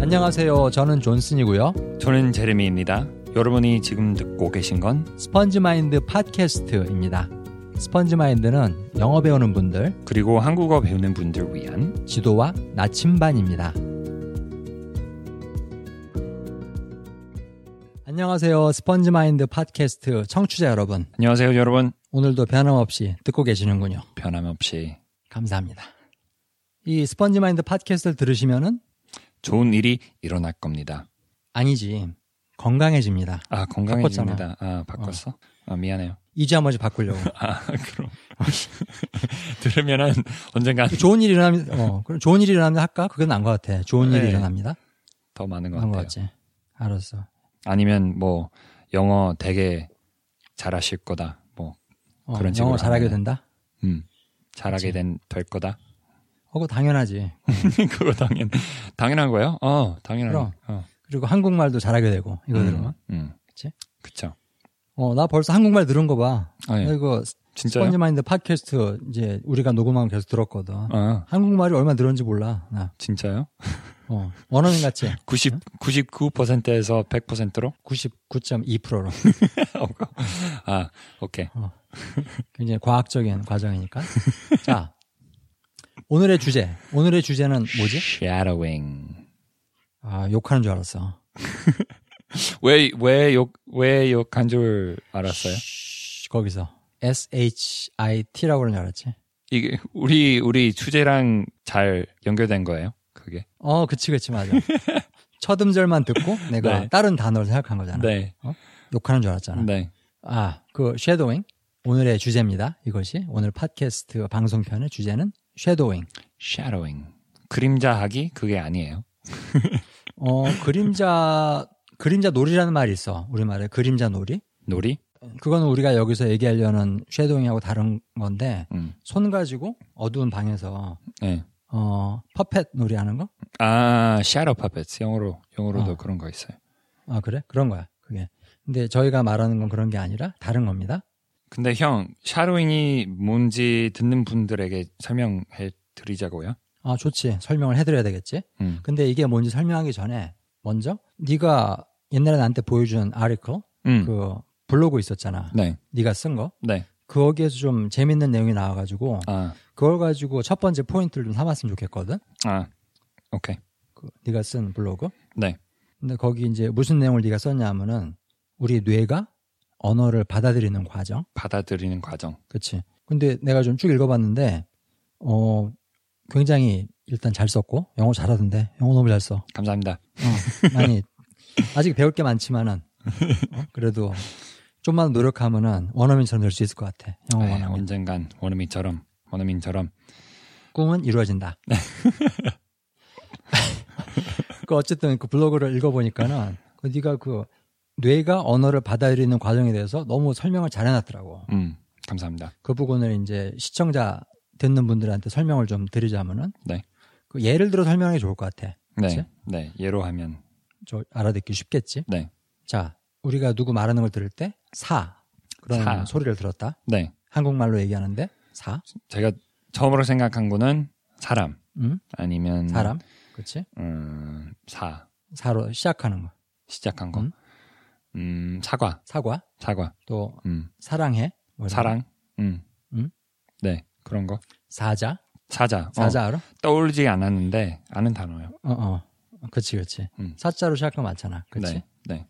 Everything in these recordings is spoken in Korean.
안녕하세요. 저는 존슨이고요. 저는 제레미입니다. 여러분이 지금 듣고 계신 건 스펀지마인드 팟캐스트입니다. 스펀지마인드는 영어 배우는 분들, 그리고 한국어 배우는 분들 위한 지도와 나침반입니다. 안녕하세요. 스펀지마인드 팟캐스트 청취자 여러분. 안녕하세요 여러분 오늘도 변함없이 듣고 계시는군요. 변함없이 감사합니다. 이 스펀지마인드 팟캐스트를 들으시면은 좋은 일이 일어날 겁니다. 아니지. 건강해집니다. 아 건강해집니다. 아 바꿨어? 아 미안해요. 이제 한 번씩 바꾸려고. 아 그럼 들으면은 언젠간 좋은 일이 일어나면, 어, 그럼 좋은 일이 일어나면 할까? 그건 안 것 같아. 좋은 일이 네. 일어납니다. 더 많은 것 안 것 같아요. 같지. 알았어. 아니면 뭐 영어 되게 잘하실 거다. 뭐 어, 그런 식으로 영어 잘하게 하면은. 된다? 음, 잘하게 된 될 거다. 어, 그거 당연하지. 그거 당연 당연한 거예요? 어 당연한. 그럼. 어. 그리고 한국말도 잘하게 되고, 이거 들으면. 음, 음. 그치? 그쵸. 어, 나 벌써 한국말 늘은 거 봐. 아, 나 예. 이거 진짜요? 스펀지마인드 팟캐스트 이제 우리가 녹음하면 계속 들었거든. 아, 한국말이 얼마 늘었는지 몰라. 나. 진짜요? 어, 원어민 같이 90, 99%에서 100%로? 99.2%로. 아, 오케이. 굉장히 과학적인 과정이니까. 자, 오늘의 주제. 오늘의 주제는 뭐지? shadowing. 아, 욕하는 줄 알았어. 왜, 왜 욕, 왜 욕한 줄 알았어요? 쉬, 거기서. SHIT라고 그러는 줄 알았지. 이게, 우리, 우리 주제랑 잘 연결된 거예요? 그게? 어, 그치, 그치, 맞아. 첫 음절만 듣고 내가 네. 다른 단어를 생각한 거잖아. 네, 욕하는 줄 알았잖아. 네. 아, 그 쉐도잉 오늘의 주제입니다. 이것이 오늘 팟캐스트 방송편의 주제는 쉐도잉. shadowing. 그림자하기? 그게 아니에요. 어, 그림자 그림자 놀이라는 말이 있어. 우리말에 그림자 놀이. 놀이? 그거는 우리가 여기서 얘기하려는 쉐도잉하고 다른 건데 음, 손 가지고 어두운 방에서 네. 어, 퍼펫 놀이 하는 거? 아, shadow puppets. 영어로, 영어로도 어. 그런 거 있어요. 아, 그래? 그런 거야. 그게. 근데 저희가 말하는 건 그런 게 아니라 다른 겁니다. 근데 형, shadowing이 뭔지 듣는 분들에게 설명해 드리자고요. 아, 좋지. 설명을 해 드려야 되겠지. 음, 근데 이게 뭔지 설명하기 전에 먼저 네가 옛날에 나한테 보여준 아리클 음. 그 블로그 있었잖아. 네, 네가 쓴 거. 네. 거기에서 좀 재밌는 내용이 나와가지고 아, 그걸 가지고 첫 번째 포인트를 좀 삼았으면 좋겠거든. 아, 오케이. 그 네가 쓴 블로그. 네, 근데 거기 이제 무슨 내용을 네가 썼냐면은 우리 뇌가 언어를 받아들이는 과정. 받아들이는 과정. 그치. 근데 내가 좀 쭉 읽어봤는데 어 굉장히 일단 잘 썼고 영어 잘하던데 영어 너무 잘 써. 감사합니다. 어, 많이 아직 배울 게 많지만은 어, 그래도 좀만 노력하면은 원어민처럼 될 수 있을 것 같아. 영어 아, 원어민. 언젠간 원어민처럼 원어민처럼 꿈은 이루어진다. 네. 그 어쨌든 그 블로그를 읽어보니까는 그 네가 그 뇌가 언어를 받아들이는 과정에 대해서 너무 설명을 잘 해놨더라고. 음 감사합니다. 그 부분을 이제 시청자 듣는 분들한테 설명을 좀 드리자면은 네. 그 예를 들어 설명하기 좋을 것 같아. 네, 그치? 네 예로 하면 저 알아듣기 쉽겠지. 네, 자, 우리가 누구 말하는 걸 들을 때 사. 그런 사. 소리를 들었다. 네 한국말로 얘기하는데 사. 제가 처음으로 생각한 거는 사람 응? 아니면 음? 사람. 그렇지? 음, 사 사로 시작하는 거. 시작한 거. 음. 음, 사과, 사과. 사과. 또 음, 사랑해. 뭐 이런 사랑. 음, 음? 네 그런 거. 사자 사자. 어, 사자 알아? 떠올리지 않았는데 아는 단어요. 어 어. 그치 그치. 음. 사자로 시작한 거 맞잖아. 그치. 네, 네,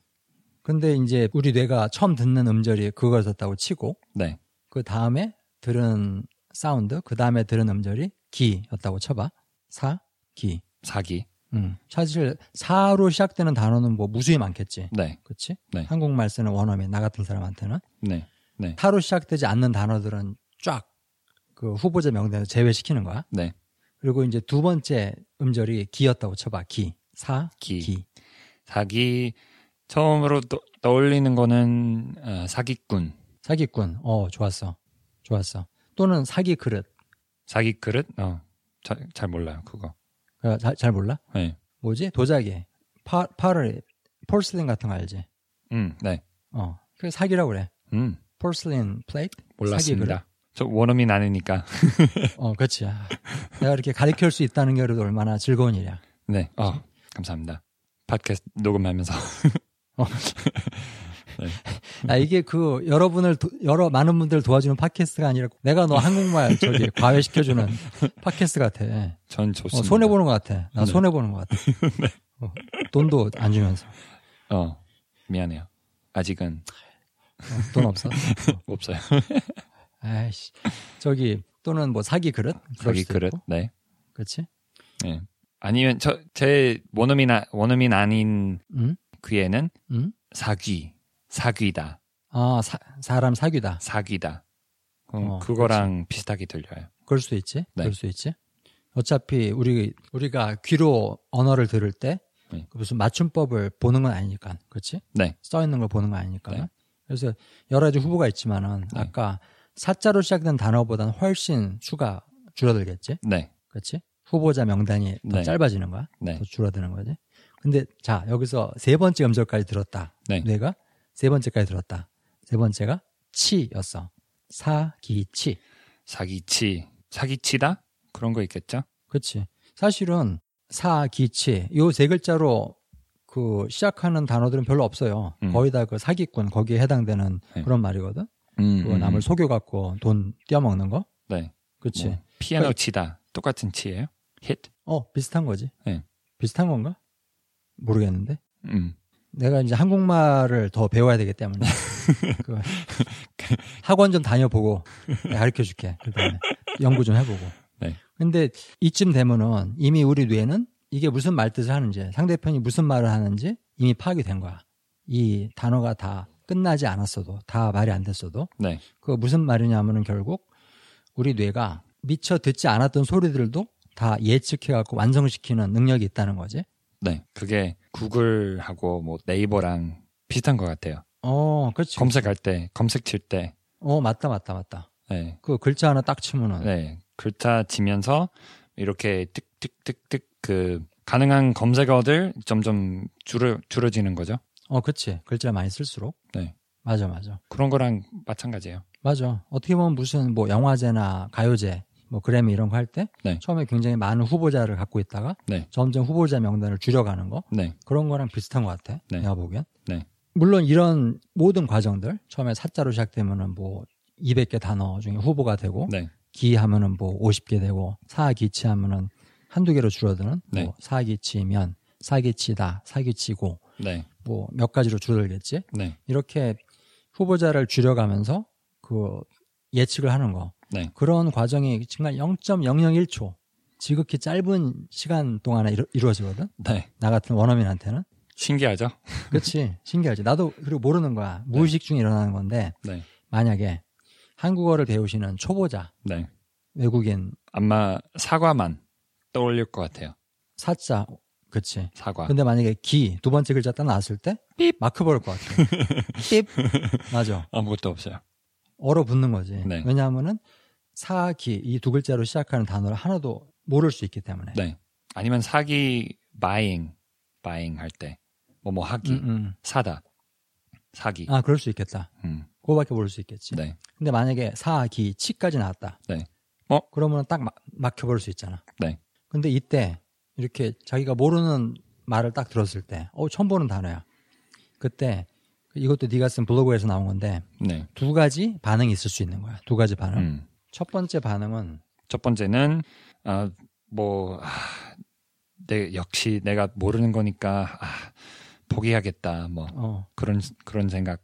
근데 이제 우리 뇌가 처음 듣는 음절이 그걸 썼다고 치고 네, 그 다음에 들은 사운드 그 다음에 들은 음절이 기였다고 쳐봐. 사 기. 사기. 음. 사실 사로 시작되는 단어는 뭐 무수히 많겠지. 네, 그치? 네. 한국말 쓰는 원어민 나 같은 사람한테는 네, 네, 타로 시작되지 않는 단어들은 쫙 그 후보자 명단에서 제외시키는 거야. 네. 그리고 이제 두 번째 음절이 기였다고 쳐봐. 기. 사, 기. 기. 사기 처음으로 떠, 떠올리는 거는 어, 사기꾼, 사기꾼. 어, 좋았어. 좋았어. 또는 사기 그릇. 사기 그릇. 어, 잘, 잘 몰라요 그거. 어, 자- 잘 몰라? 네, 뭐지? 도자기. 파, 파를, 폴슬린 같은 거 알지? 음, 네, 어. 그 사기라고 그래. 음, 폴슬린 플레이트? 몰랐습니다. 저 원어민 아니니까. 어, 그렇지. 아, 내가 이렇게 가르칠 수 있다는 게 그래도 얼마나 즐거운 일이야. 네, 어, 감사합니다. 팟캐스트 녹음하면서 아, 이게 그 여러분을 도- 여러 많은 분들 을 도와주는 팟캐스트가 아니라 내가 너 한국말 저기 과외시켜주는 팟캐스트 같아. 전 어, 좋습니다. 손해 보는 것 같아. 나 네. 손해 보는 것 같아. 어, 돈도 안 주면서 어, 미안해요. 아직은 어, 돈 없어. 없어요. 아이씨 저기 또는 뭐 사기 그릇 자기 그릇. 네. 그렇지? 네. 아니면 저 제 원어민 아- 원어민 아닌 응? 귀에는 응? 사귀 사귀다 아 사, 사람 사귀다. 사귀다 어, 어, 그거랑 비슷하게 들려요. 그럴 수 있지. 네. 그럴 수 있지. 어차피 우리 우리가 귀로 언어를 들을 때 네. 그 무슨 맞춤법을 보는 건 아니니까, 그렇지? 네. 써 있는 걸 보는 건 아니니까. 네. 그래서 여러 가지 후보가 있지만은 네. 아까 사자로 시작된 단어보다는 훨씬 수가 줄어들겠지, 네. 그렇지? 후보자 명단이 더 네. 짧아지는 거야, 네. 더 줄어드는 거지. 근데 자 여기서 세 번째 음절까지 들었다. 네. 뇌가 세 번째까지 들었다. 세 번째가 치였어. 사기치. 사기치 사기치다 그런 거 있겠죠? 그렇지. 사실은 사기치 요 세 글자로 그 시작하는 단어들은 별로 없어요. 음. 거의 다 그 사기꾼 거기에 해당되는 네. 그런 말이거든. 음, 그거 음, 남을 음. 속여 갖고 돈 떼어먹는 거. 네. 그렇지. 뭐, 피아노 그러니까 치다 똑같은 치예요? 힛. 어 비슷한 거지. 네. 비슷한 건가? 모르겠는데. 음. 내가 이제 한국말을 더 배워야 되기 때문에 그 학원 좀 다녀보고 가르쳐 줄게. 그다음에 연구 좀 해보고. 네. 근데 이쯤 되면은 이미 우리 뇌는 이게 무슨 말 뜻을 하는지 상대편이 무슨 말을 하는지 이미 파악이 된 거야. 이 단어가 다 끝나지 않았어도 다 말이 안 됐어도 네. 그 무슨 말이냐면은 결국 우리 뇌가 미처 듣지 않았던 소리들도 다 예측해 갖고 완성시키는 능력이 있다는 거지. 네. 그게 구글하고 뭐 네이버랑 비슷한 것 같아요. 어, 그렇지. 검색할 때 검색 칠 때 어, 맞다, 맞다, 맞다. 네. 그 글자 하나 딱 치면은 네. 글자 지면서 이렇게 뜩뜩뜩뜩 그 가능한 검색어들 점점 줄어 줄어지는 거죠. 어 그치 글자 많이 쓸수록 네. 맞아 맞아 그런 거랑 마찬가지예요. 맞아 어떻게 보면 무슨 뭐 영화제나 가요제 뭐 그래미 이런 거 할 때 네. 처음에 굉장히 많은 후보자를 갖고 있다가 네. 점점 후보자 명단을 줄여가는 거 네. 그런 거랑 비슷한 것 같아 네. 내가 보기엔 네. 물론 이런 모든 과정들 처음에 사자로 시작되면은 뭐 200개 단어 중에 후보가 되고 네. 기 하면은 뭐 50개 되고 사기치 하면은 한두 개로 줄어드는 네. 뭐 사기치면 사기치다 사기치고 네. 뭐 몇 가지로 줄어들겠지 네. 이렇게 후보자를 줄여가면서 그 예측을 하는 거 네. 그런 과정이 정말 0.001초 지극히 짧은 시간 동안에 이루, 어지거든 네. 나 같은 원어민한테는 신기하죠? 음. 그렇지 신기하지 나도 그리고 모르는 거야 무의식 중에 일어나는 건데 네. 만약에 한국어를 배우시는 초보자 네. 외국인 아마 사과만 떠올릴 것 같아요. 사자 그치 사과. 근데 만약에 기 두 번째 글자 딱 나왔을 때 마크 버릴 것 같아 삐 맞아 아무것도 없어요. 얼어붙는 거지. 네. 왜냐하면은 사기 이 두 글자로 시작하는 단어를 하나도 모를 수 있기 때문에. 네. 아니면 사기 buying buying 할 때 뭐 뭐 하기 음, 음. 사다 사기. 아 그럴 수 있겠다. 음. 그거밖에 모를 수 있겠지. 네. 근데 만약에 사기 치까지 나왔다. 네. 어? 그러면 딱 막, 막혀버릴 수 있잖아. 네. 근데 이때 이렇게 자기가 모르는 말을 딱 들었을 때, 어 처음 보는 단어야. 그때 이것도 네가 쓴 블로그에서 나온 건데 네. 두 가지 반응이 있을 수 있는 거야. 두 가지 반응. 음. 첫 번째 반응은 첫 번째는 아, 뭐 아, 내, 역시 내가 모르는 거니까 아, 포기하겠다 뭐 어 그런 그런 생각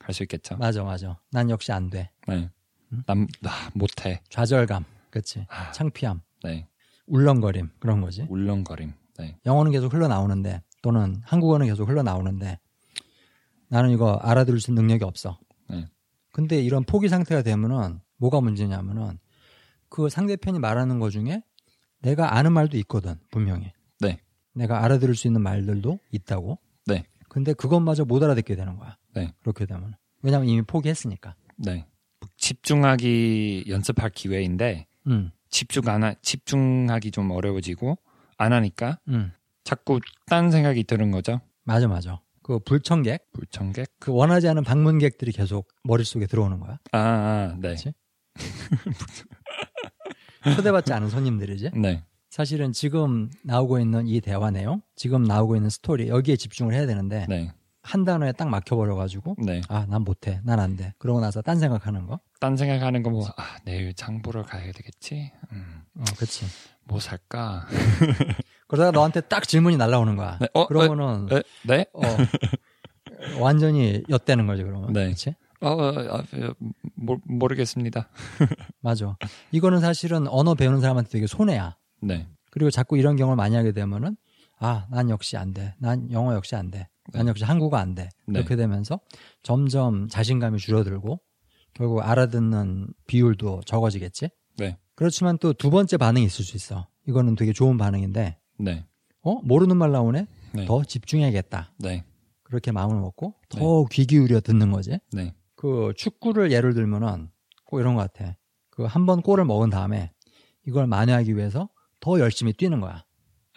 할 수 있겠죠. 맞아 맞아. 난 역시 안 돼. 네. 음? 남 아, 못해. 좌절감, 그치? 아. 창피함, 네. 울렁거림 그런 거지. 울렁거림. 네. 영어는 계속 흘러나오는데 또는 한국어는 계속 흘러나오는데 나는 이거 알아들을 수 있는 능력이 없어. 네. 근데 이런 포기 상태가 되면은 뭐가 문제냐면은 그 상대편이 말하는 것 중에 내가 아는 말도 있거든 분명히. 네. 내가 알아들을 수 있는 말들도 있다고. 네. 근데 그것마저 못 알아듣게 되는 거야. 네. 그렇게 되면 왜냐면 이미 포기했으니까. 네. 집중하기 연습할 기회인데 음, 집중 안 하, 집중하기 좀 어려워지고 안 하니까 음, 자꾸 딴 생각이 드는 거죠. 맞아, 맞아. 그 불청객, 불청객. 그 원하지 않은 방문객들이 계속 머릿속에 들어오는 거야. 아, 아 네. 그치? 초대받지 않은 손님들이지. 네. 사실은 지금 나오고 있는 이 대화 내용, 지금 나오고 있는 스토리 여기에 집중을 해야 되는데 네. 한 단어에 딱 막혀버려 가지고 네. 아 난 못해, 난 안 돼. 그러고 나서 딴 생각하는 거. 딴 생각하는 거 뭐 아, 내일 장 보러 가야 되겠지. 음, 어, 그렇지. 뭐 살까? 그러다가 너한테 딱 질문이 날라오는 거야. 네, 어, 그러면은 에, 네? 어, 완전히 엿대는 거지 그러면. 네. 그렇지? 어, 어, 어, 어, 모, 모르겠습니다. 맞아. 이거는 사실은 언어 배우는 사람한테 되게 손해야. 네. 그리고 자꾸 이런 경험을 많이 하게 되면은 아, 난 역시 안 돼. 난 영어 역시 안 돼. 난 역시 한국어 안 돼. 네. 이렇게 되면서 점점 자신감이 줄어들고 결국 알아듣는 비율도 적어지겠지. 네. 그렇지만 또 두 번째 반응이 있을 수 있어. 이거는 되게 좋은 반응인데 네. 어 모르는 말 나오네. 네. 더 집중해야겠다. 네. 그렇게 마음을 먹고 더 귀 기울여 듣는 거지. 네. 그 축구를 예를 들면은 꼭 이런 것 같아. 그 한 번 골을 먹은 다음에 이걸 만회하기 위해서 더 열심히 뛰는 거야.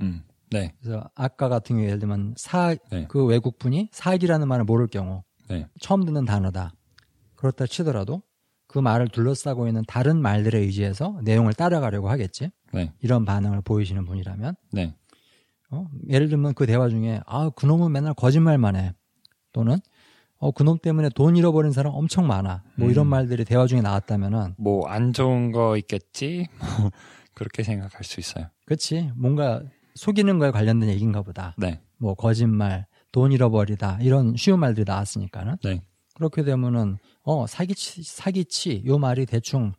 음. 네. 그래서 아까 같은 경우 예를 들면 사, 네. 그 외국분이 사익이라는 말을 모를 경우 네. 처음 듣는 단어다. 그렇다 치더라도 그 말을 둘러싸고 있는 다른 말들에 의지해서 내용을 따라가려고 하겠지. 네. 이런 반응을 보이시는 분이라면 네. 어? 예를 들면 그 대화 중에 아 그놈은 맨날 거짓말만 해 또는 어 그놈 때문에 돈 잃어버린 사람 엄청 많아 뭐 이런 음. 말들이 대화 중에 나왔다면은 뭐 안 좋은 거 있겠지. 뭐 그렇게 생각할 수 있어요. 그치 뭔가 속이는 거에 관련된 얘기인가 보다 네. 뭐 거짓말 돈 잃어버리다 이런 쉬운 말들이 나왔으니까는 네. 그렇게 되면은 어 사기치 사기치 요 말이 대충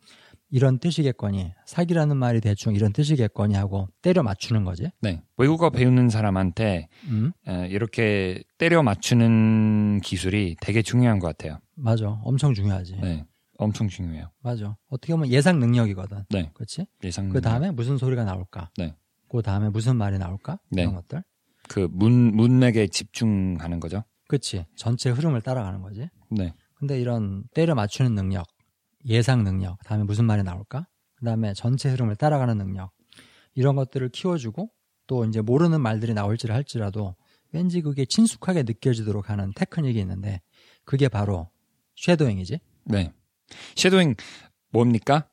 이런 뜻이겠거니 사기라는 말이 대충 이런 뜻이겠거니 하고 때려 맞추는 거지 네. 외국어 배우는 사람한테 음 어, 이렇게 때려 맞추는 기술이 되게 중요한 것 같아요. 맞아 엄청 중요하지 네. 엄청 중요해요. 맞아 어떻게 보면 예상 능력이거든 네. 그렇지 예상 그 다음에 무슨 소리가 나올까? 네. 그 다음에 무슨 말이 나올까? 네. 이런 것들. 그문 문맥에 집중하는 거죠. 그치. 전체 흐름을 따라가는 거지. 네. 근데 이런 때려 맞추는 능력, 예상 능력, 그 다음에 무슨 말이 나올까? 그 다음에 전체 흐름을 따라가는 능력, 이런 것들을 키워주고 또 이제 모르는 말들이 나올지 할지라도 왠지 그게 친숙하게 느껴지도록 하는 테크닉이 있는데 그게 바로 쉐도잉이지. 네. 섀도잉 뭡니까?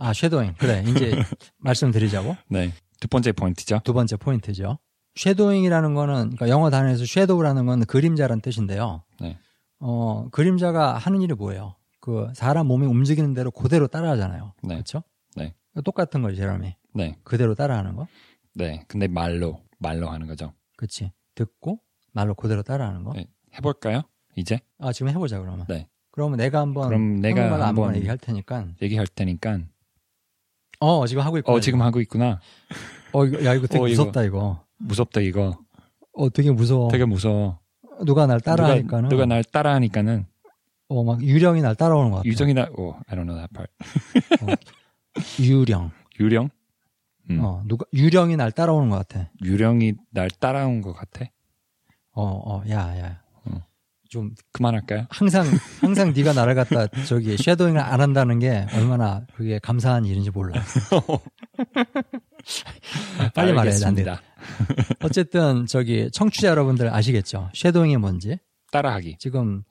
아, 쉐도잉. 그래. 이제 말씀드리자고. 네. 두 번째 포인트죠. 두 번째 포인트죠. 쉐도잉이라는 거는 그러니까 영어 단어에서 쉐도우라는 건 그림자란 뜻인데요. 네. 어, 그림자가 하는 일이 뭐예요? 그 사람 몸이 움직이는 대로 그대로 따라하잖아요. 네. 그렇죠? 네. 똑같은 거지, 사람이. 네. 그대로 따라하는 거. 네. 근데 말로 말로 하는 거죠. 그렇지. 듣고 말로 그대로 따라하는 거. 네. 해 볼까요? 이제 아, 지금 해 보자 그러면. 네. 그러면 내가 한번 그럼 내가 어, 한국말 아무거나 한번- 얘기할 테니까. 얘기할 테니까 어, 지금 하고 있고. 어 지금 하고 있구나. 어, 이거- 야 이거 되게 어, 이거. 무섭다 이거. 무섭다 이거. 어, 되게 무서워. 되게 무서워. 누가 날 따라하니까는 누가, 누가 날 따라하니까는 어, 막 유령이 날 따라오는 것 같아. 유정이 날 오, I don't know that part. 유령. 유령? 음. 어, 누가, 유령이 날 따라오는 것 같아. 유령이 날 따라온 것 같아. 어, 어, 야, 야. 어. 좀, 그만할까요? 항상, 항상 네가 나를 갖다 저기, 쉐도잉을 안 한다는 게 얼마나 그게 감사한 일인지 몰라. 아, 빨리 말해야지 안 되겠다. 알겠습니다. 어쨌든 저기, 청취자 여러분들 아시겠죠? 쉐도잉이 뭔지? 따라하기. 지금,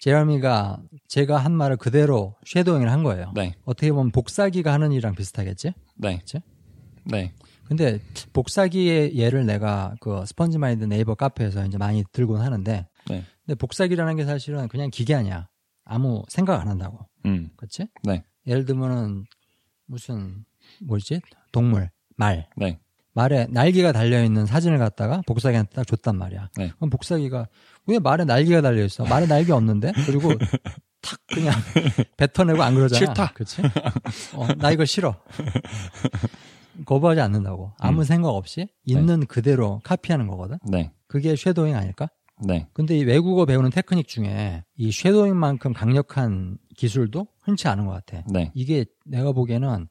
제라미가 제가 한 말을 그대로 쉐도잉을 한 거예요. 네. 어떻게 보면 복사기가 하는 일이랑 비슷하겠지? 네. 그치? 네. 근데 복사기의 예를 내가 그 스펀지 마인드 네이버 카페에서 이제 많이 들곤 하는데 네. 근데 복사기라는 게 사실은 그냥 기계 아니야. 아무 생각 안 한다고. 음. 그치? 네. 예를 들면은 무슨 뭐지? 동물, 말. 네. 말에 날개가 달려있는 사진을 갖다가 복사기한테 딱 줬단 말이야. 네. 그럼 복사기가 왜 말에 날개가 달려있어? 말에 날개 없는데? 그리고 탁 그냥 뱉어내고 안 그러잖아. 싫다. 그치? 어, 나 이거 싫어. 거부하지 않는다고. 음. 아무 생각 없이 있는 그대로 카피하는 거거든. 네. 그게 쉐도잉 아닐까? 네. 근데 이 외국어 배우는 테크닉 중에 이 쉐도잉만큼 강력한 기술도 흔치 않은 것 같아. 네. 이게 내가 보기에는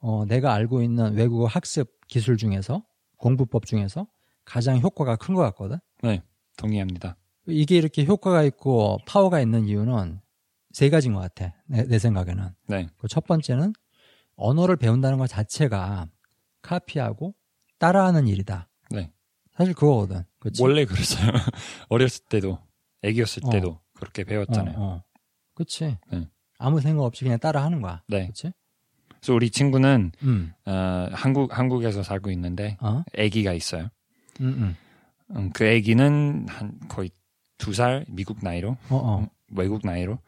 어, 내가 알고 있는 외국어 학습 기술 중에서 공부법 중에서 가장 효과가 큰 것 같거든. 네. 동의합니다. 이게 이렇게 효과가 있고 파워가 있는 이유는 세 가지인 것 같아. 내, 내 생각에는 네. 그 첫 번째는 언어를 배운다는 것 자체가 카피하고 따라하는 일이다. 네. 사실 그거거든. 그치? 원래 그랬어요. 어렸을 때도 애기였을 어. 때도 그렇게 배웠잖아요. 어, 어. 그치. 네. 아무 생각 없이 그냥 따라 하는 거야. 네. 그치? 그래서 우리 친구는 음. 어, 한국 한국에서 살고 있는데 어? 아기가 있어요. 음, 음. 음, 그 아기는 한 거의 두 살 미국 나이로 어, 어. 외국 나이로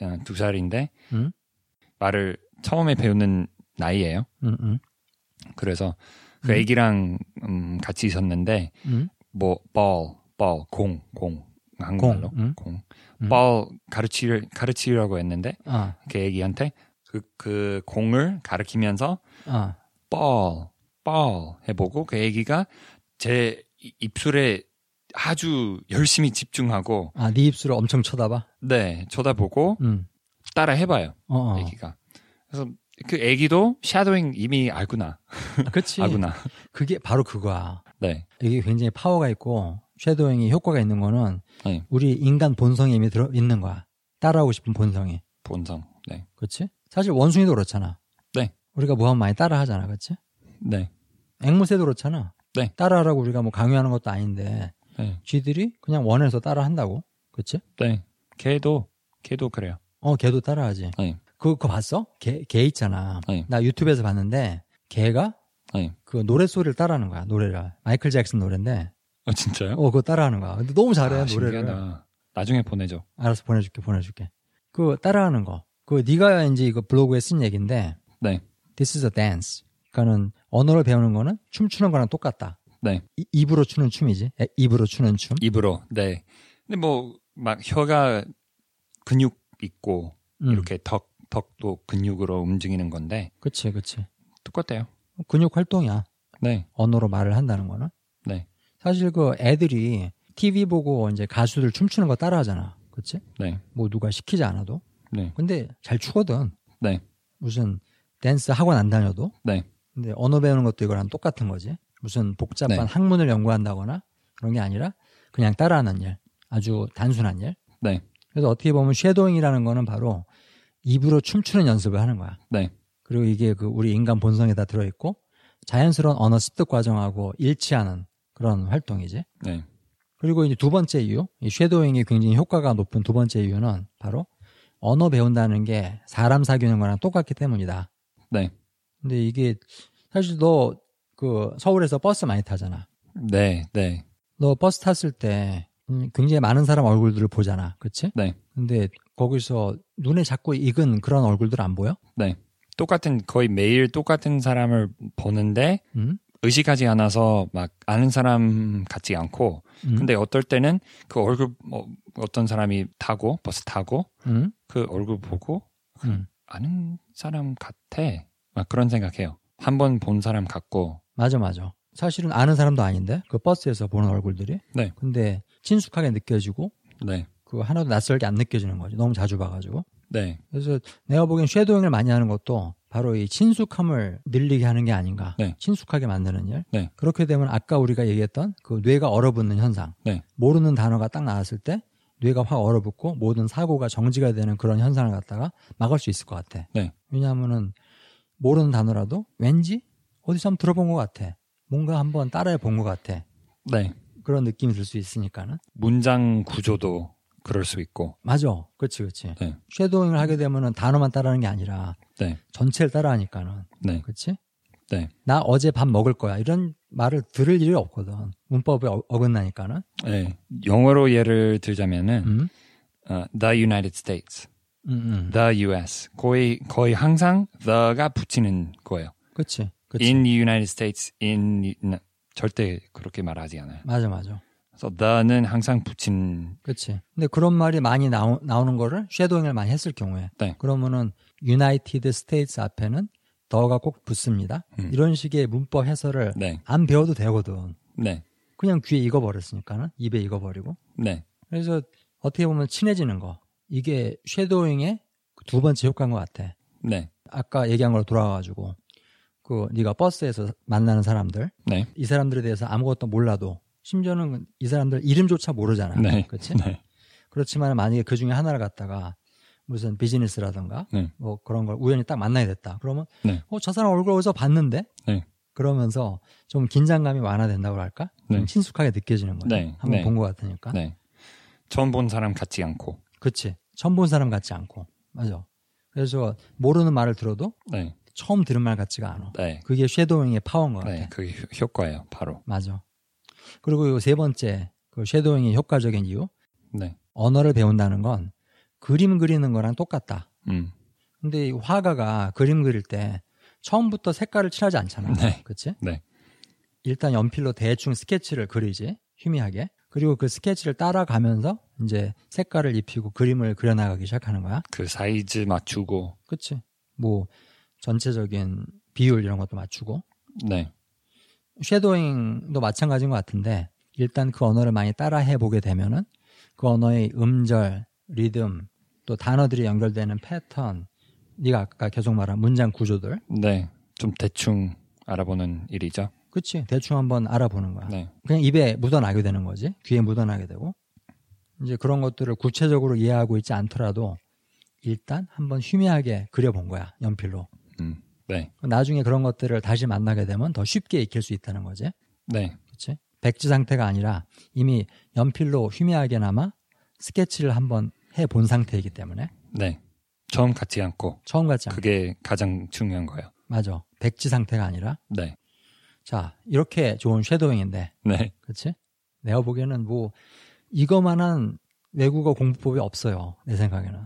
어, 두 살인데 음? 말을 처음에 배우는 나이예요. 음, 음. 그래서 그 음. 아기랑 음, 같이 있었는데 음. 뭐 ball, ball, 공, 공 한국말로 공, 음. 공, 음. ball 가르치 가르치려고 했는데 아, 그 애기한테 그, 그 공을 가르치면서 아. ball, ball 해보고 그 애기가 제 이- 입술에 아주 열심히 집중하고 아, 네 입술을 엄청 쳐다봐. 네 쳐다보고 음. 따라 해봐요 어, 어. 애기가 그래서 그 애기도 샤도잉 이미 알구나 아, 그치. 알구나 그게 바로 그거야. 네 이게 굉장히 파워가 있고 섀도잉이 효과가 있는 거는 네. 우리 인간 본성이 이미 들어 있는 거야. 따라하고 싶은 본성이. 본성 네 그렇지? 사실 원숭이도 그렇잖아. 네. 우리가 뭐 하면 많이 따라하잖아. 그렇지? 네, 앵무새도 그렇잖아. 네. 따라하라고 우리가 뭐 강요하는 것도 아닌데 네, 쥐들이 그냥 원해서 따라한다고. 그렇지? 네. 걔도 걔도 그래요 어, 걔도 따라하지. 네. 그거 그거 봤어? 걔, 걔 있잖아. 네. 나 유튜브에서 봤는데 걔가 네. 그 노래 소리를 따라하는 거야. 노래를. 마이클 잭슨 노래인데 어 진짜요? 어, 그거 따라하는 거야. 근데 너무 잘해 아, 노래를. 신기하다. 나중에 보내줘. 알아서 보내줄게, 보내줄게. 그 따라하는 거. 그 네가 이제 이거 블로그에 쓴 얘기인데 네, This is a dance. 그러니까는 언어를 배우는 거는 춤추는 거랑 똑같다. 네. 이- 입으로 추는 춤이지. 에, 입으로 추는 춤. 입으로. 네. 근데 뭐 막 혀가 근육 있고 음, 이렇게 덕 덕도 근육으로 움직이는 건데 그치, 그치. 똑같아요. 근육 활동이야. 네, 언어로 말을 한다는 거는. 네, 사실 그 애들이 TV 보고 이제 가수들 춤추는 거 따라하잖아. 그치? 네, 뭐 누가 시키지 않아도. 네, 근데 잘 추거든. 네, 무슨 댄스 학원 안 다녀도. 네, 근데 언어 배우는 것도 이거랑 똑같은 거지. 무슨 복잡한 네. 학문을 연구한다거나 그런 게 아니라 그냥 따라하는 일. 아주 단순한 일. 네, 그래서 어떻게 보면 쉐도잉이라는 거는 바로 입으로 춤추는 연습을 하는 거야. 네, 그리고 이게 그 우리 인간 본성에 다 들어있고 자연스러운 언어 습득 과정하고 일치하는 그런 활동이지. 네, 그리고 이제 두 번째 이유, 이 쉐도잉이 굉장히 효과가 높은 두 번째 이유는 바로 언어 배운다는 게 사람 사귀는 거랑 똑같기 때문이다. 네, 근데 이게 사실 너 그 서울에서 버스 많이 타잖아. 네, 네, 너 버스 탔을 때 음, 굉장히 많은 사람 얼굴들을 보잖아. 그치? 네. 근데 거기서 눈에 자꾸 익은 그런 얼굴들 안 보여? 똑같은 거의 매일 똑같은 사람을 보는데 음? 의식하지 않아서 막 아는 사람 같지 않고 음? 근데 어떨 때는 그 얼굴 뭐 어떤 사람이 타고 버스 타고 음? 그 얼굴 보고 그 음. 아는 사람 같아. 막 그런 생각해요. 한 번 본 사람 같고. 맞아, 맞아. 사실은 아는 사람도 아닌데 그 버스에서 보는 얼굴들이. 네. 근데 친숙하게 느껴지고 네. 그 하나도 낯설게 안 느껴지는 거지. 너무 자주 봐가지고. 네. 그래서 내가 보기엔 쉐도잉을 많이 하는 것도 바로 이 친숙함을 늘리게 하는 게 아닌가. 네. 친숙하게 만드는 일. 네. 그렇게 되면 아까 우리가 얘기했던 그 뇌가 얼어붙는 현상. 네. 모르는 단어가 딱 나왔을 때 뇌가 확 얼어붙고 모든 사고가 정지가 되는 그런 현상을 갖다가 막을 수 있을 것 같아. 네. 왜냐하면은 모르는 단어라도 왠지 어디서 한번 들어본 것 같아. 뭔가 한번 따라해 본 것 같아. 네. 그런 느낌이 들 수 있으니까는. 문장 구조도 그럴 수 있고. 맞아. 그렇지, 그렇지. 네. 쉐도잉을 하게 되면은 단어만 따라하는 게 아니라 네. 전체를 따라하니까는 네. 그치? 네. 나 어제 밥 먹을 거야 이런 말을 들을 일이 없거든 문법에 어, 어긋나니까는 네. 영어로 예를 들자면은 음? 어, the United States, 음, 음. the U.S. 거의 거의 항상 the가 붙이는 거예요. 그치 그치 In the United States, in 절대 그렇게 말하지 않아요. 맞아 맞아 그래서 the는 항상 붙인 그치 근데 그런 말이 많이 나오, 나오는 거를 쉐도잉을 많이 했을 경우에 네. 그러면은 United States 앞에는 더가 꼭 붙습니다 음. 이런 식의 문법 해설을 네. 안 배워도 되거든 네. 그냥 귀에 익어버렸으니까는 입에 익어버리고 네. 그래서 어떻게 보면 친해지는 거 이게 쉐도잉의 두 번째 효과인 것 같아 네. 아까 얘기한 걸로 돌아가가지고 그 네가 버스에서 만나는 사람들 네. 이 사람들에 대해서 아무것도 몰라도 심지어는 이 사람들 이름조차 모르잖아. 네. 그렇지? 네. 그렇지만 만약에 그 중에 하나를 갖다가 무슨 비즈니스라든가 네. 뭐 그런 걸 우연히 딱 만나게 됐다. 그러면 네. 어 저 사람 얼굴 어디서 봤는데? 네. 그러면서 좀 긴장감이 완화된다고 할까? 좀 네. 친숙하게 느껴지는 거야. 네. 한번 네. 본 것 같으니까. 네. 처음 본 사람 같지 않고. 그렇지. 처음 본 사람 같지 않고. 맞아. 그래서 모르는 말을 들어도 네. 처음 들은 말 같지가 않아. 네. 그게 쉐도잉의 파워인 것 같아. 네. 그게 효- 효과예요. 바로. 맞아. 그리고 요 세 번째 그 쉐도잉의 효과적인 이유 네. 언어를 배운다는 건 그림 그리는 거랑 똑같다. 음. 근데 이 화가가 그림 그릴 때 처음부터 색깔을 칠하지 않잖아. 네. 그치? 네. 일단 연필로 대충 스케치를 그리지. 희미하게. 그리고 그 스케치를 따라가면서 이제 색깔을 입히고 그림을 그려나가기 시작하는 거야. 그 사이즈 맞추고. 그치? 뭐, 전체적인 비율 이런 것도 맞추고. 네. 쉐도잉도 마찬가지인 것 같은데, 일단 그 언어를 많이 따라해 보게 되면은 그 언어의 음절, 리듬, 또 단어들이 연결되는 패턴, 네가 아까 계속 말한 문장 구조들, 네. 좀 대충 알아보는 일이죠. 그치? 대충 한번 알아보는 거야. 네. 그냥 입에 묻어나게 되는 거지. 귀에 묻어나게 되고. 이제 그런 것들을 구체적으로 이해하고 있지 않더라도 일단 한번 희미하게 그려본 거야. 연필로. 음. 네. 나중에 그런 것들을 다시 만나게 되면 더 쉽게 익힐 수 있다는 거지. 네. 그치? 백지 상태가 아니라 이미 연필로 희미하게나마 스케치를 한번 해 본 상태이기 때문에 네. 처음 같지 않고 처음 같지 않아. 그게 가장 중요한 거예요. 맞아. 백지 상태가 아니라. 네. 자, 이렇게 좋은 쉐도잉인데 네. 그치? 내가 보기에는 뭐, 이거만한 외국어 공부법이 없어요. 내 생각에는.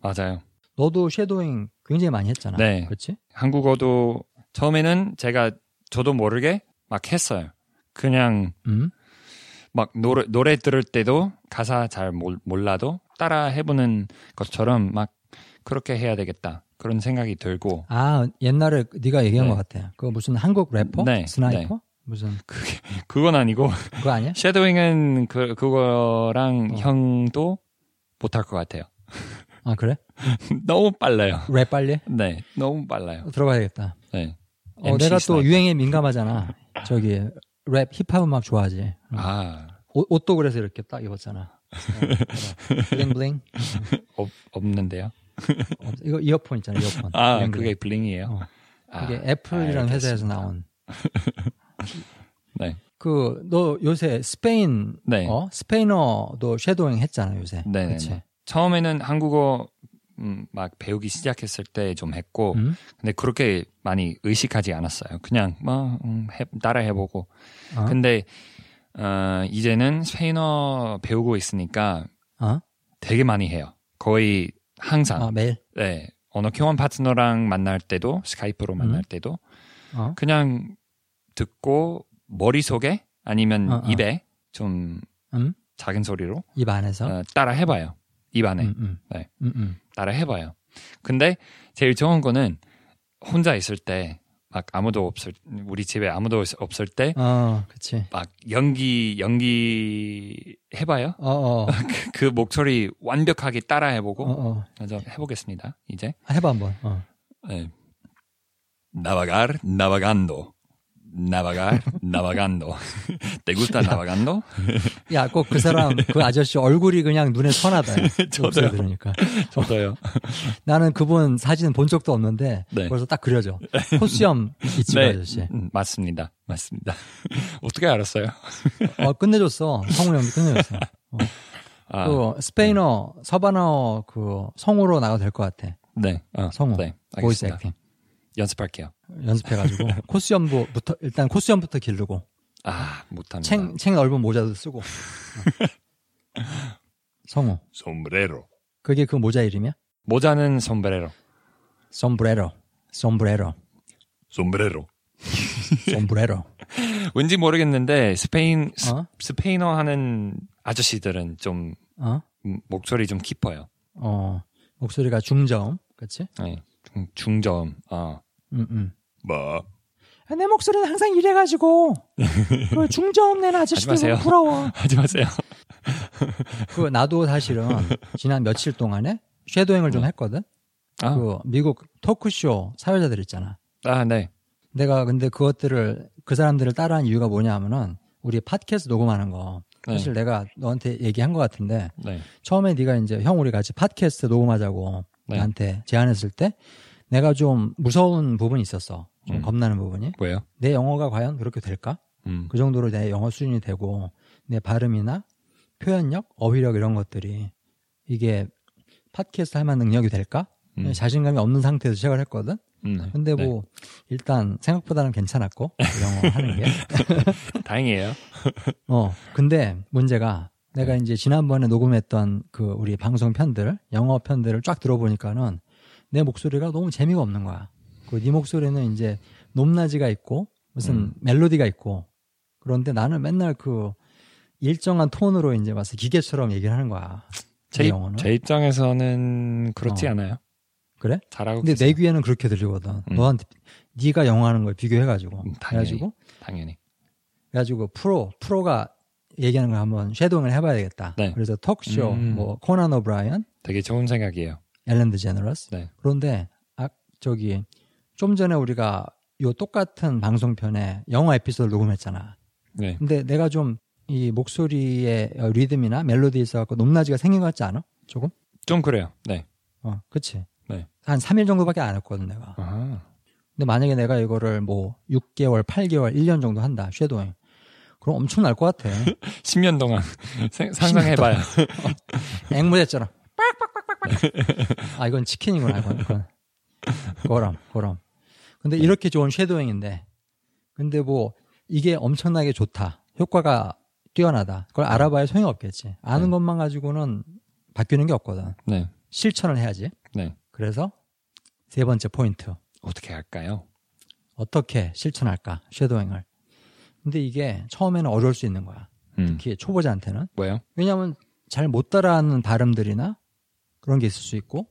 맞아요. 너도 쉐도잉 굉장히 많이 했잖아. 네. 그치? 한국어도 처음에는 제가 저도 모르게 막 했어요. 그냥 음? 막 노래, 노래 들을 때도 가사 잘 몰, 몰라도 따라 해보는 것처럼 막 그렇게 해야 되겠다. 그런 생각이 들고 아, 옛날에 네가 얘기한 네. 것 같아. 그거 무슨 한국 래퍼? 네, 스나이퍼? 무슨, 그건 아니고 그거 아니야? 쉐도잉은 그, 그거랑 어. 형도 못할 것 같아요. 아, 그래? 너무 빨라요. 랩 빨리? 네, 너무 빨라요. 들어가야겠다. 네. 어, MC 내가 또 스나이퍼. 유행에 민감하잖아. 저기, 랩, 힙합 음악 좋아하지. 어, 아, 옷, 옷도 그래서 이렇게 딱 입었잖아. 어, 블링블링. 없, 없는데요? 어, 이거 이어폰 있잖아, 이어폰. 아, 블링블링. 그게 블링이에요. 어. 아, 이게 애플이라는 알겠습니다. 회사에서 나온 네, 그 너 요새 스페인 네. 어 스페인어도 쉐도잉 했잖아 요새. 네, 네, 그치? 네. 처음에는 한국어 음, 막 배우기 시작했을 때 좀 했고, 음? 근데 그렇게 많이 의식하지 않았어요. 그냥 뭐 음, 해- 따라 해보고. 어? 근데 어, 이제는 스페인어 배우고 있으니까 어? 되게 많이 해요. 거의 항상. 어, 매일. 네. 언어 교환 파트너랑 만날 때도 스카이프로 만날 음. 때도 어? 그냥 듣고 머릿속에 아니면 어, 어. 입에 좀 음? 작은 소리로 입 안에서. 어, 따라 해봐요. 입 안에 음, 음. 네. 음, 음. 따라 해봐요. 근데 제일 좋은 거는 혼자 있을 때 막 아무도 없을 우리 집에 아무도 없- 없을 때 막 어, 그치. 연기 연기 해봐요. 어, 어, 그 목소리 완벽하게 따라 어, 해보고 어. 먼저 해보겠습니다. 이제 해봐 한번. 어. 네. Navegar, navegando. Navegar, navegando. ¿Te gusta navegando? 야, 꼭 그 사람, 그 아저씨 얼굴이 그냥 눈에 선하다. 저도요. 목소리 들으니까. 저도요. 나는 그분 사진 본 적도 없는데 네. 벌써 딱 그려져. 코수염 있지 그 네. 아저씨. 음, 맞습니다. 맞습니다. 어떻게 알았어요? 어, 끝내줬어. 성우 형도 끝내줬어. 어. 아, 그 스페인어, 서바나어 그 성우로 나가도 될 것 같아. 네. 어, 성우, 네. 보이스 알겠습니다. 액팅 연습할게요. 연습해가지고 코수염부터 일단 코수염부터 기르고 아, 못합니다. 챙, 챙 넓은 모자도 쓰고 어. 성우 Sombrero. 그게 그 모자 이름이야? 모자는 sombrero. 솜브레로 솜브레로 sombrero. 솜브레로 왠지 모르겠는데 스페인 스, 어? 페인어 하는 아저씨들은 좀 어? 음, 목소리 좀 깊어요. 어 목소리가 중저음 그치? 네. 중, 중저음. 어. 음, 음. 뭐? 아, 내 목소리는 항상 이래가지고 그 중저음 내는 아저씨들 하지 마세요. 보면 부러워 하지 마세요. 그 나도 사실은 지난 며칠 동안에 쉐도잉을 좀 했거든 아, 그 미국 토크쇼 사회자들 있잖아 아 네. 내가 근데 그것들을 그 사람들을 따라한 이유가 뭐냐 하면은 우리 팟캐스트 녹음하는 거 네. 사실 내가 너한테 얘기한 것 같은데 네. 처음에 네가 이제 형 우리 같이 팟캐스트 녹음하자고 네. 나한테 제안했을 때 내가 좀 무서운 부분이 있었어 좀 음. 겁나는 부분이 뭐예요? 내 영어가 과연 그렇게 될까 음. 그 정도로 내 영어 수준이 되고 내 발음이나 표현력 어휘력 이런 것들이 이게 팟캐스트 할 만한 능력이 될까 음. 자신감이 없는 상태에서 시작을 했거든 음, 네, 근데 뭐 일단 생각보다는 괜찮았고 영어 하는 게. 네. 다행이에요. 어. 근데 문제가 네. 내가 이제 지난번에 녹음했던 그 우리 방송 편들, 영어 편들을 쫙 들어보니까는 내 목소리가 너무 재미가 없는 거야. 그네 목소리는 이제 높낮이가 있고 무슨 음. 멜로디가 있고 그런데 나는 맨날 그 일정한 톤으로 이제 와서 기계처럼 얘기를 하는 거야. 제, 내 입- 영어는. 제 입장에서는 그렇지 어. 않아요. 그래? 잘하고 근데 계세요. 내 귀에는 그렇게 들리거든. 음. 너한테 네가 영어하는 걸 비교해가지고, 음, 당연히. 그래가지고, 당연히. 그래가지고 프로 프로가 얘기하는 걸 한번 쉐도잉을 해봐야겠다. 네. 그래서 톡쇼, 음. 뭐 코난 오브라이언, 되게 좋은 생각이에요. 앨런 드제너러스. 네. 그런데 아 저기 좀 전에 우리가 요 똑같은 방송편에 영화 에피소드 녹음했잖아. 네. 근데 내가 좀 이 목소리의 어, 리듬이나 멜로디 있어갖고 높낮이가 생긴 것 같지 않아? 조금? 좀 그래요. 네. 어, 그치? 네. 한 3일 정도밖에 안 했거든, 내가. 아, 근데 만약에 내가 이거를 뭐 6개월, 8개월, 1년 정도 한다, 쉐도잉. 그럼 엄청 날 것 같아. 10년 동안 생- 상상해봐요. 앵무새처럼. 빡빡빡빡빡. 아, 이건 치킨이구나, 이건. 이건. 거럼, 거럼. 근데 이렇게 좋은 쉐도잉인데. 근데 뭐, 이게 엄청나게 좋다. 효과가 뛰어나다. 그걸 알아봐야 소용이 없겠지. 아는 네. 것만 가지고는 바뀌는 게 없거든. 네. 실천을 해야지. 네. 그래서 세 번째 포인트. 어떻게 할까요? 어떻게 실천할까? 쉐도잉을. 근데 이게 처음에는 어려울 수 있는 거야. 음. 특히 초보자한테는. 뭐요? 왜냐하면 잘 못 따라하는 발음들이나 그런 게 있을 수 있고,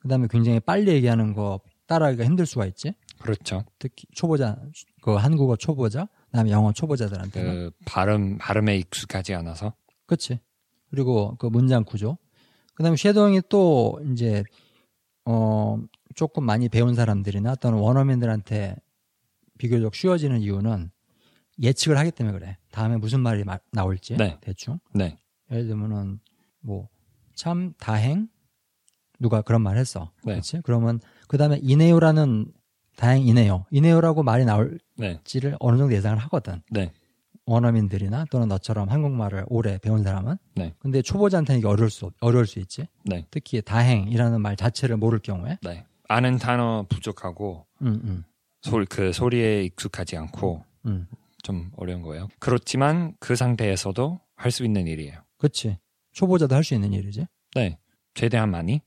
그 다음에 굉장히 빨리 얘기하는 거 따라하기가 힘들 수가 있지. 그렇죠. 특히 초보자, 그 한국어 초보자, 그 다음에 영어 초보자들한테는. 그 발음 발음에 익숙하지 않아서. 그치. 그리고 그 문장 구조. 그 다음에 쉐도잉이 또 이제, 어, 조금 많이 배운 사람들이나 또는 원어민들한테 비교적 쉬워지는 이유는 예측을 하기 때문에 그래. 다음에 무슨 말이 마- 나올지. 네. 대충. 네. 예를 들면은 뭐 참 다행 누가 그런 말 했어. 네. 그렇지? 그러면 그다음에 이네요라는 다행이네요. 이네요라고 말이 네. 나올지를 어느 정도 예상을 하거든. 네. 원어민들이나 또는 너처럼 한국말을 오래 배운 사람은. 네. 근데 초보자한테는 이게 어려울 수 어려울 수 있지. 네. 특히 다행이라는 말 자체를 모를 경우에. 네. 아는 단어 부족하고 음, 음, 소리 그 소리에 익숙하지 않고 음. 좀 어려운 거예요. 그렇지만 그 상태에서도 할 수 있는 일이에요. 그렇지. 초보자도 할 수 있는 일이지. 네. 최대한 많이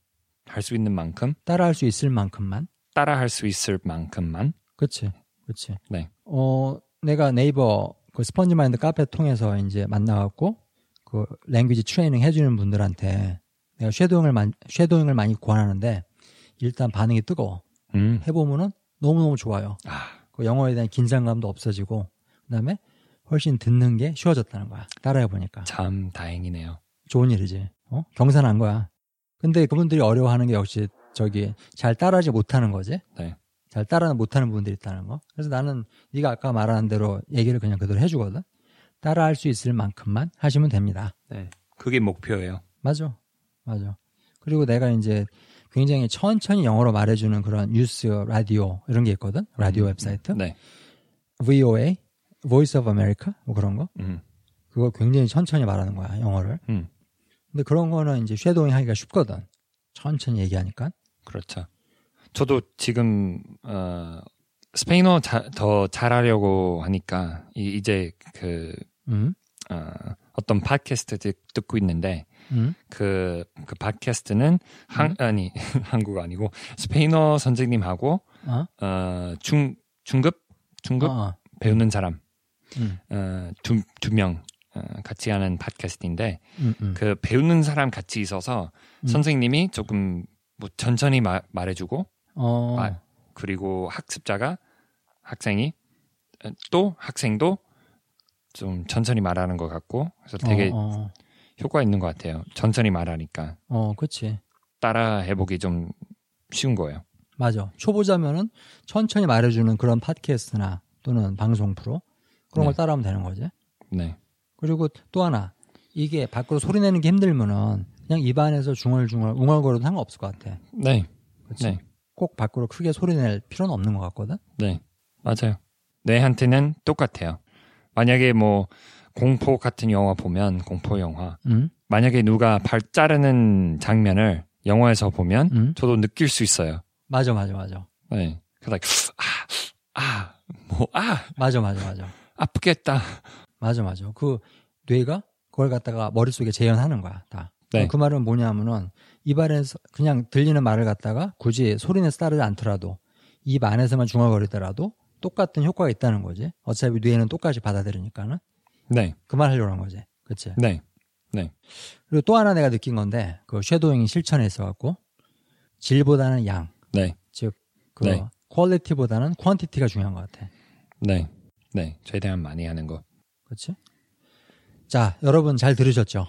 할 수 있는 만큼 따라할 수 있을 만큼만. 따라 할 수 있을 만큼만. 그치, 그치. 네. 어, 내가 네이버 그 스펀지 마인드 카페 통해서 이제 만나갖고 그 랭귀지 트레이닝 해주는 분들한테 내가 쉐도잉을 많이, 쉐도잉을 많이 권하는데 일단 반응이 뜨거워. 음. 해보면은 너무너무 좋아요. 아, 그 영어에 대한 긴장감도 없어지고 그다음에 훨씬 듣는 게 쉬워졌다는 거야. 따라해보니까. 참 다행이네요. 좋은 일이지. 어? 경사난 거야. 근데 그분들이 어려워하는 게 역시 저기 잘 따라하지 못하는 거지. 네. 잘 따라 못하는 부분들이 있다는 거. 그래서 나는 네가 아까 말한 대로 얘기를 그냥 그대로 해주거든. 따라할 수 있을 만큼만 하시면 됩니다. 네. 그게 목표예요. 맞아. 맞아. 그리고 내가 이제 굉장히 천천히 영어로 말해주는 그런 뉴스, 라디오 이런 게 있거든. 라디오 웹사이트. 네. VOA, Voice of America 뭐 그런 거. 음. 그거 굉장히 천천히 말하는 거야. 영어를. 음. 근데 그런 거는 이제 쉐도잉 하기가 쉽거든. 천천히 얘기하니까. 그렇죠. 저도 지금 어, 스페인어 자- 더 잘하려고 하니까 이, 제그 음, 어, 어떤 팟캐스트 듣- 듣고 있는데 음, 그, 그 팟캐스트는 한, 아니 한국어 아니고 스페인어 선생님하고 어, 어, 중 중급 중급 어, 어. 배우는 사람 음, 어, 두두명 어, 같이 하는 팟캐스트인데 음, 음. 그 배우는 사람 같이 있어서 음. 선생님이 조금 뭐 천천히 마- 말해주고 어, 아, 그리고 학습자가 학생이 어, 또 학생도 좀 천천히 말하는 것 같고 그래서 되게 어, 어, 효과 있는 것 같아요. 천천히 말하니까 어, 그치. 따라 해보기 좀 쉬운 거예요. 맞아. 초보자면은 천천히 말해주는 그런 팟캐스트나 또는 방송 프로 그런 걸 네. 따라하면 되는 거지. 네, 그리고 또 하나 이게 밖으로 소리 내는 게 힘들면은 그냥 입안에서 중얼중얼 웅얼거려도 상관없을 것 같아. 네, 그치? 네. 꼭 밖으로 크게 소리 낼 필요는 없는 것 같거든. 네, 맞아요. 뇌한테는 똑같아요. 만약에 뭐 공포 같은 영화 보면 공포 영화 음, 만약에 누가 발 자르는 장면을 영화에서 보면 음. 저도 느낄 수 있어요. 맞아, 맞아, 맞아. 네. 그래서 like, 아, 아, 뭐, 아, 맞아, 맞아, 맞아. 아프겠다. 맞아, 맞아. 그 뇌가 그걸 갖다가 머릿속에 재현하는 거야, 다. 네. 그 말은 뭐냐면은 입 안에서 그냥 들리는 말을 갖다가 굳이 소리내서 따르지 않더라도 입 안에서만 중얼거리더라도 똑같은 효과가 있다는 거지. 어차피 뇌는 똑같이 받아들이니까는 네, 그 말 하려고 한 거지. 그치? 네, 그리고 또 하나 내가 느낀 건데 그 쉐도잉 실천에 있어 갖고 질보다는 양, 네, 그 네. 퀄리티보다는 퀀티티가 중요한 것 같아. 네, 네. 최대한 많이 하는 거. 그렇지? 자, 여러분 잘 들으셨죠?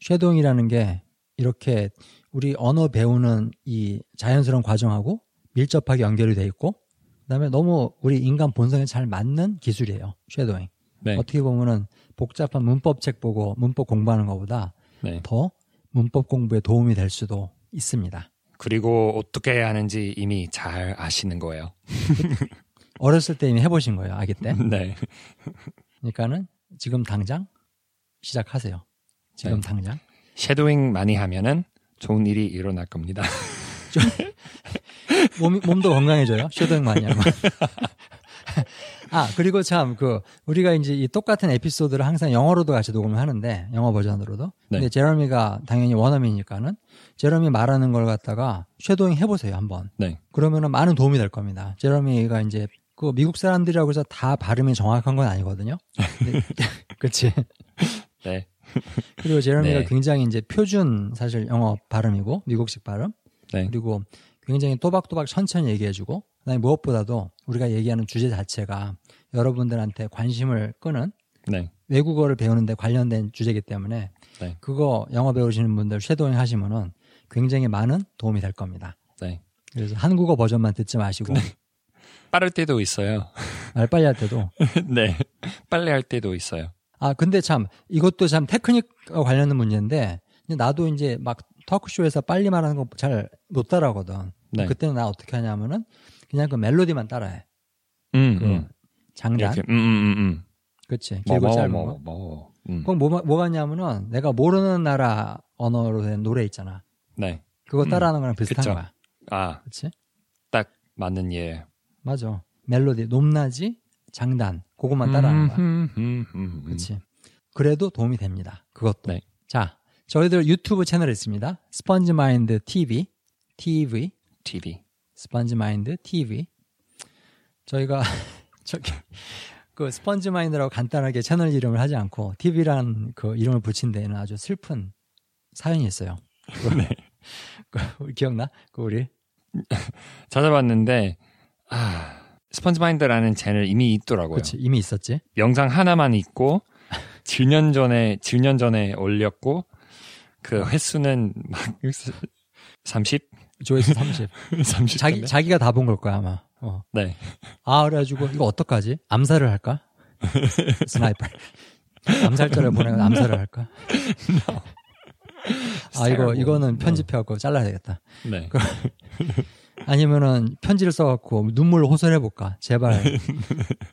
쉐도잉이라는 게 이렇게 우리 언어 배우는 이 자연스러운 과정하고 밀접하게 연결이 돼 있고 그다음에 너무 우리 인간 본성에 잘 맞는 기술이에요. 쉐도잉. 네, 어떻게 보면은 복잡한 문법 책 보고 문법 공부하는 것보다 네. 더 문법 공부에 도움이 될 수도 있습니다. 그리고 어떻게 해야 하는지 이미 잘 아시는 거예요. 어렸을 때 이미 해보신 거예요, 아기 때. 네, 그러니까는 지금 당장 시작하세요. 지금 네. 당장. 쉐도잉 많이 하면은 좋은 일이 일어날 겁니다. 몸, 몸도 건강해져요. 쉐도잉 많이 하면. 아, 그리고 참, 그, 우리가 이제 이 똑같은 에피소드를 항상 영어로도 같이 녹음을 하는데, 영어 버전으로도. 근데 네. 제러미가 당연히 원어민이니까는, 제러미 말하는 걸 갖다가 쉐도잉 해보세요, 한번. 네, 그러면은 많은 도움이 될 겁니다. 제러미가 이제, 그 미국 사람들이라고 해서 다 발음이 정확한 건 아니거든요. 근데- 그치. 네, 그리고 제러미가 네. 굉장히 이제 표준 사실 영어 발음이고, 미국식 발음. 네, 그리고 굉장히 또박또박 천천히 얘기해주고 그다음에 무엇보다도 우리가 얘기하는 주제 자체가 여러분들한테 관심을 끄는 네, 외국어를 배우는데 관련된 주제이기 때문에 네. 그거 영어 배우시는 분들 쉐도잉 하시면은 굉장히 많은 도움이 될 겁니다. 네. 그래서 한국어 버전만 듣지 마시고 빠를 때도 있어요. 말 빨리 할 때도 네, 빨리 할 때도 있어요. 아 근데 참 이것도 참 테크닉과 관련된 문제인데 이제 나도 이제 막 토크쇼에서 빨리 말하는 거 잘 못 따라하거든. 네, 그때는 나 어떻게 하냐면은 그냥 그 멜로디만 따라해. 음, 그 음. 장단 이렇게, 음, 음, 음, 음. 그치. 뭐, 길고 뭐, 짧은 뭐, 거. 뭐, 음. 그럼 뭐, 뭐가 있냐면은 내가 모르는 나라 언어로 된 노래 있잖아. 네, 그거 음, 따라하는 거랑 비슷한 그쵸. 거야. 아, 그치? 딱 맞는 예. 맞아. 멜로디, 높낮이, 장단. 그것만 따라하는 거야. 음, 음, 음, 음. 그치. 그래도 도움이 됩니다. 그것도. 네. 자, 저희들 유튜브 채널 있습니다. 스펀지 마인드 TV. TV. TV. 스펀지 마인드 TV. 저희가 저기 그 스펀지 마인드라고 간단하게 채널 이름을 하지 않고 TV란 그 이름을 붙인 데에는 아주 슬픈 사연이 있어요. 네. 그 기억나? 그 우리 찾아봤는데 아 스펀지마인드라는 채널 이미 있더라고요. 그치 이미 있었지. 영상 하나만 있고 7년 전에 7년 전에 올렸고 그 횟수는 막 30, 조회수 30. 30. 자기 자기가 다 본 걸 거야 아마. 어. 네. 아 그래가지고 이거 어떡하지? 암살을 할까? 스나이퍼. 암살자를 보내고 암살을 할까? 아 이거 이거는 편집해갖고 잘라야 되겠다. 네. 그 아니면은 편지를 써갖고 눈물로 호소해 볼까? 제발 네.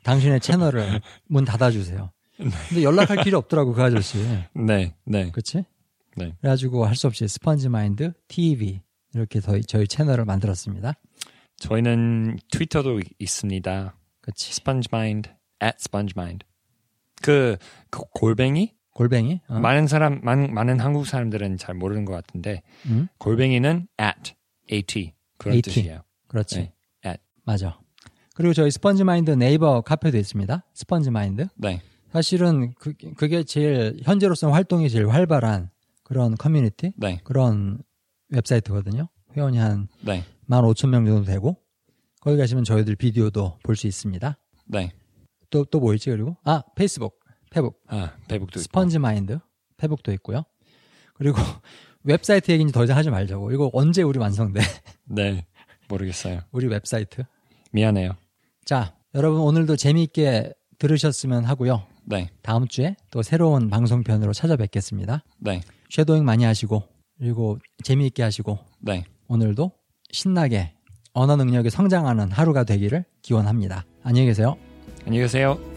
당신의 채널을 문 닫아주세요. 근데 연락할 길이 없더라고 그 아저씨. 네. 네. 그치? 네. 그래가지고 할 수 없이 스펀지 마인드 TV 이렇게 저희, 저희 채널을 만들었습니다. 저희는 트위터도 있습니다. 그치? 스펀지마인드 at spongemind. 그, 그 골뱅이 골뱅이? 어? 많은 사람 많, 많은 한국 사람들은 잘 모르는 것 같은데 응? 골뱅이는 at, at 음? 그런 at. 뜻이에요. 그렇지. 네. at. 맞아. 그리고 저희 스펀지 마인드 네이버 카페도 있습니다. 스펀지 마인드. 네, 사실은 그, 그게 제일 현재로서는 활동이 제일 활발한 그런 커뮤니티 네, 그런 웹사이트거든요. 회원이 한 네, 15,000명 정도 되고 거기 가시면 저희들 비디오도 볼 수 있습니다. 네. 또 또 뭐 있지 그리고 아 페이스북, 페북, 아, 배북도 스펀지 마인드, 페북도 있고요. 그리고 웹사이트 얘기는 더 이상 하지 말자고. 이거 언제 우리 완성돼? 있고. 네, 모르겠어요. 우리 웹사이트. 미안해요. 자, 여러분 오늘도 재미있게 들으셨으면 하고요. 네, 다음 주에 또 새로운 방송편으로 찾아뵙겠습니다. 네, 쉐도잉 많이 하시고 그리고 재미있게 하시고 네. 오늘도 신나게 언어 능력이 성장하는 하루가 되기를 기원합니다. 안녕히 계세요. 안녕히 계세요.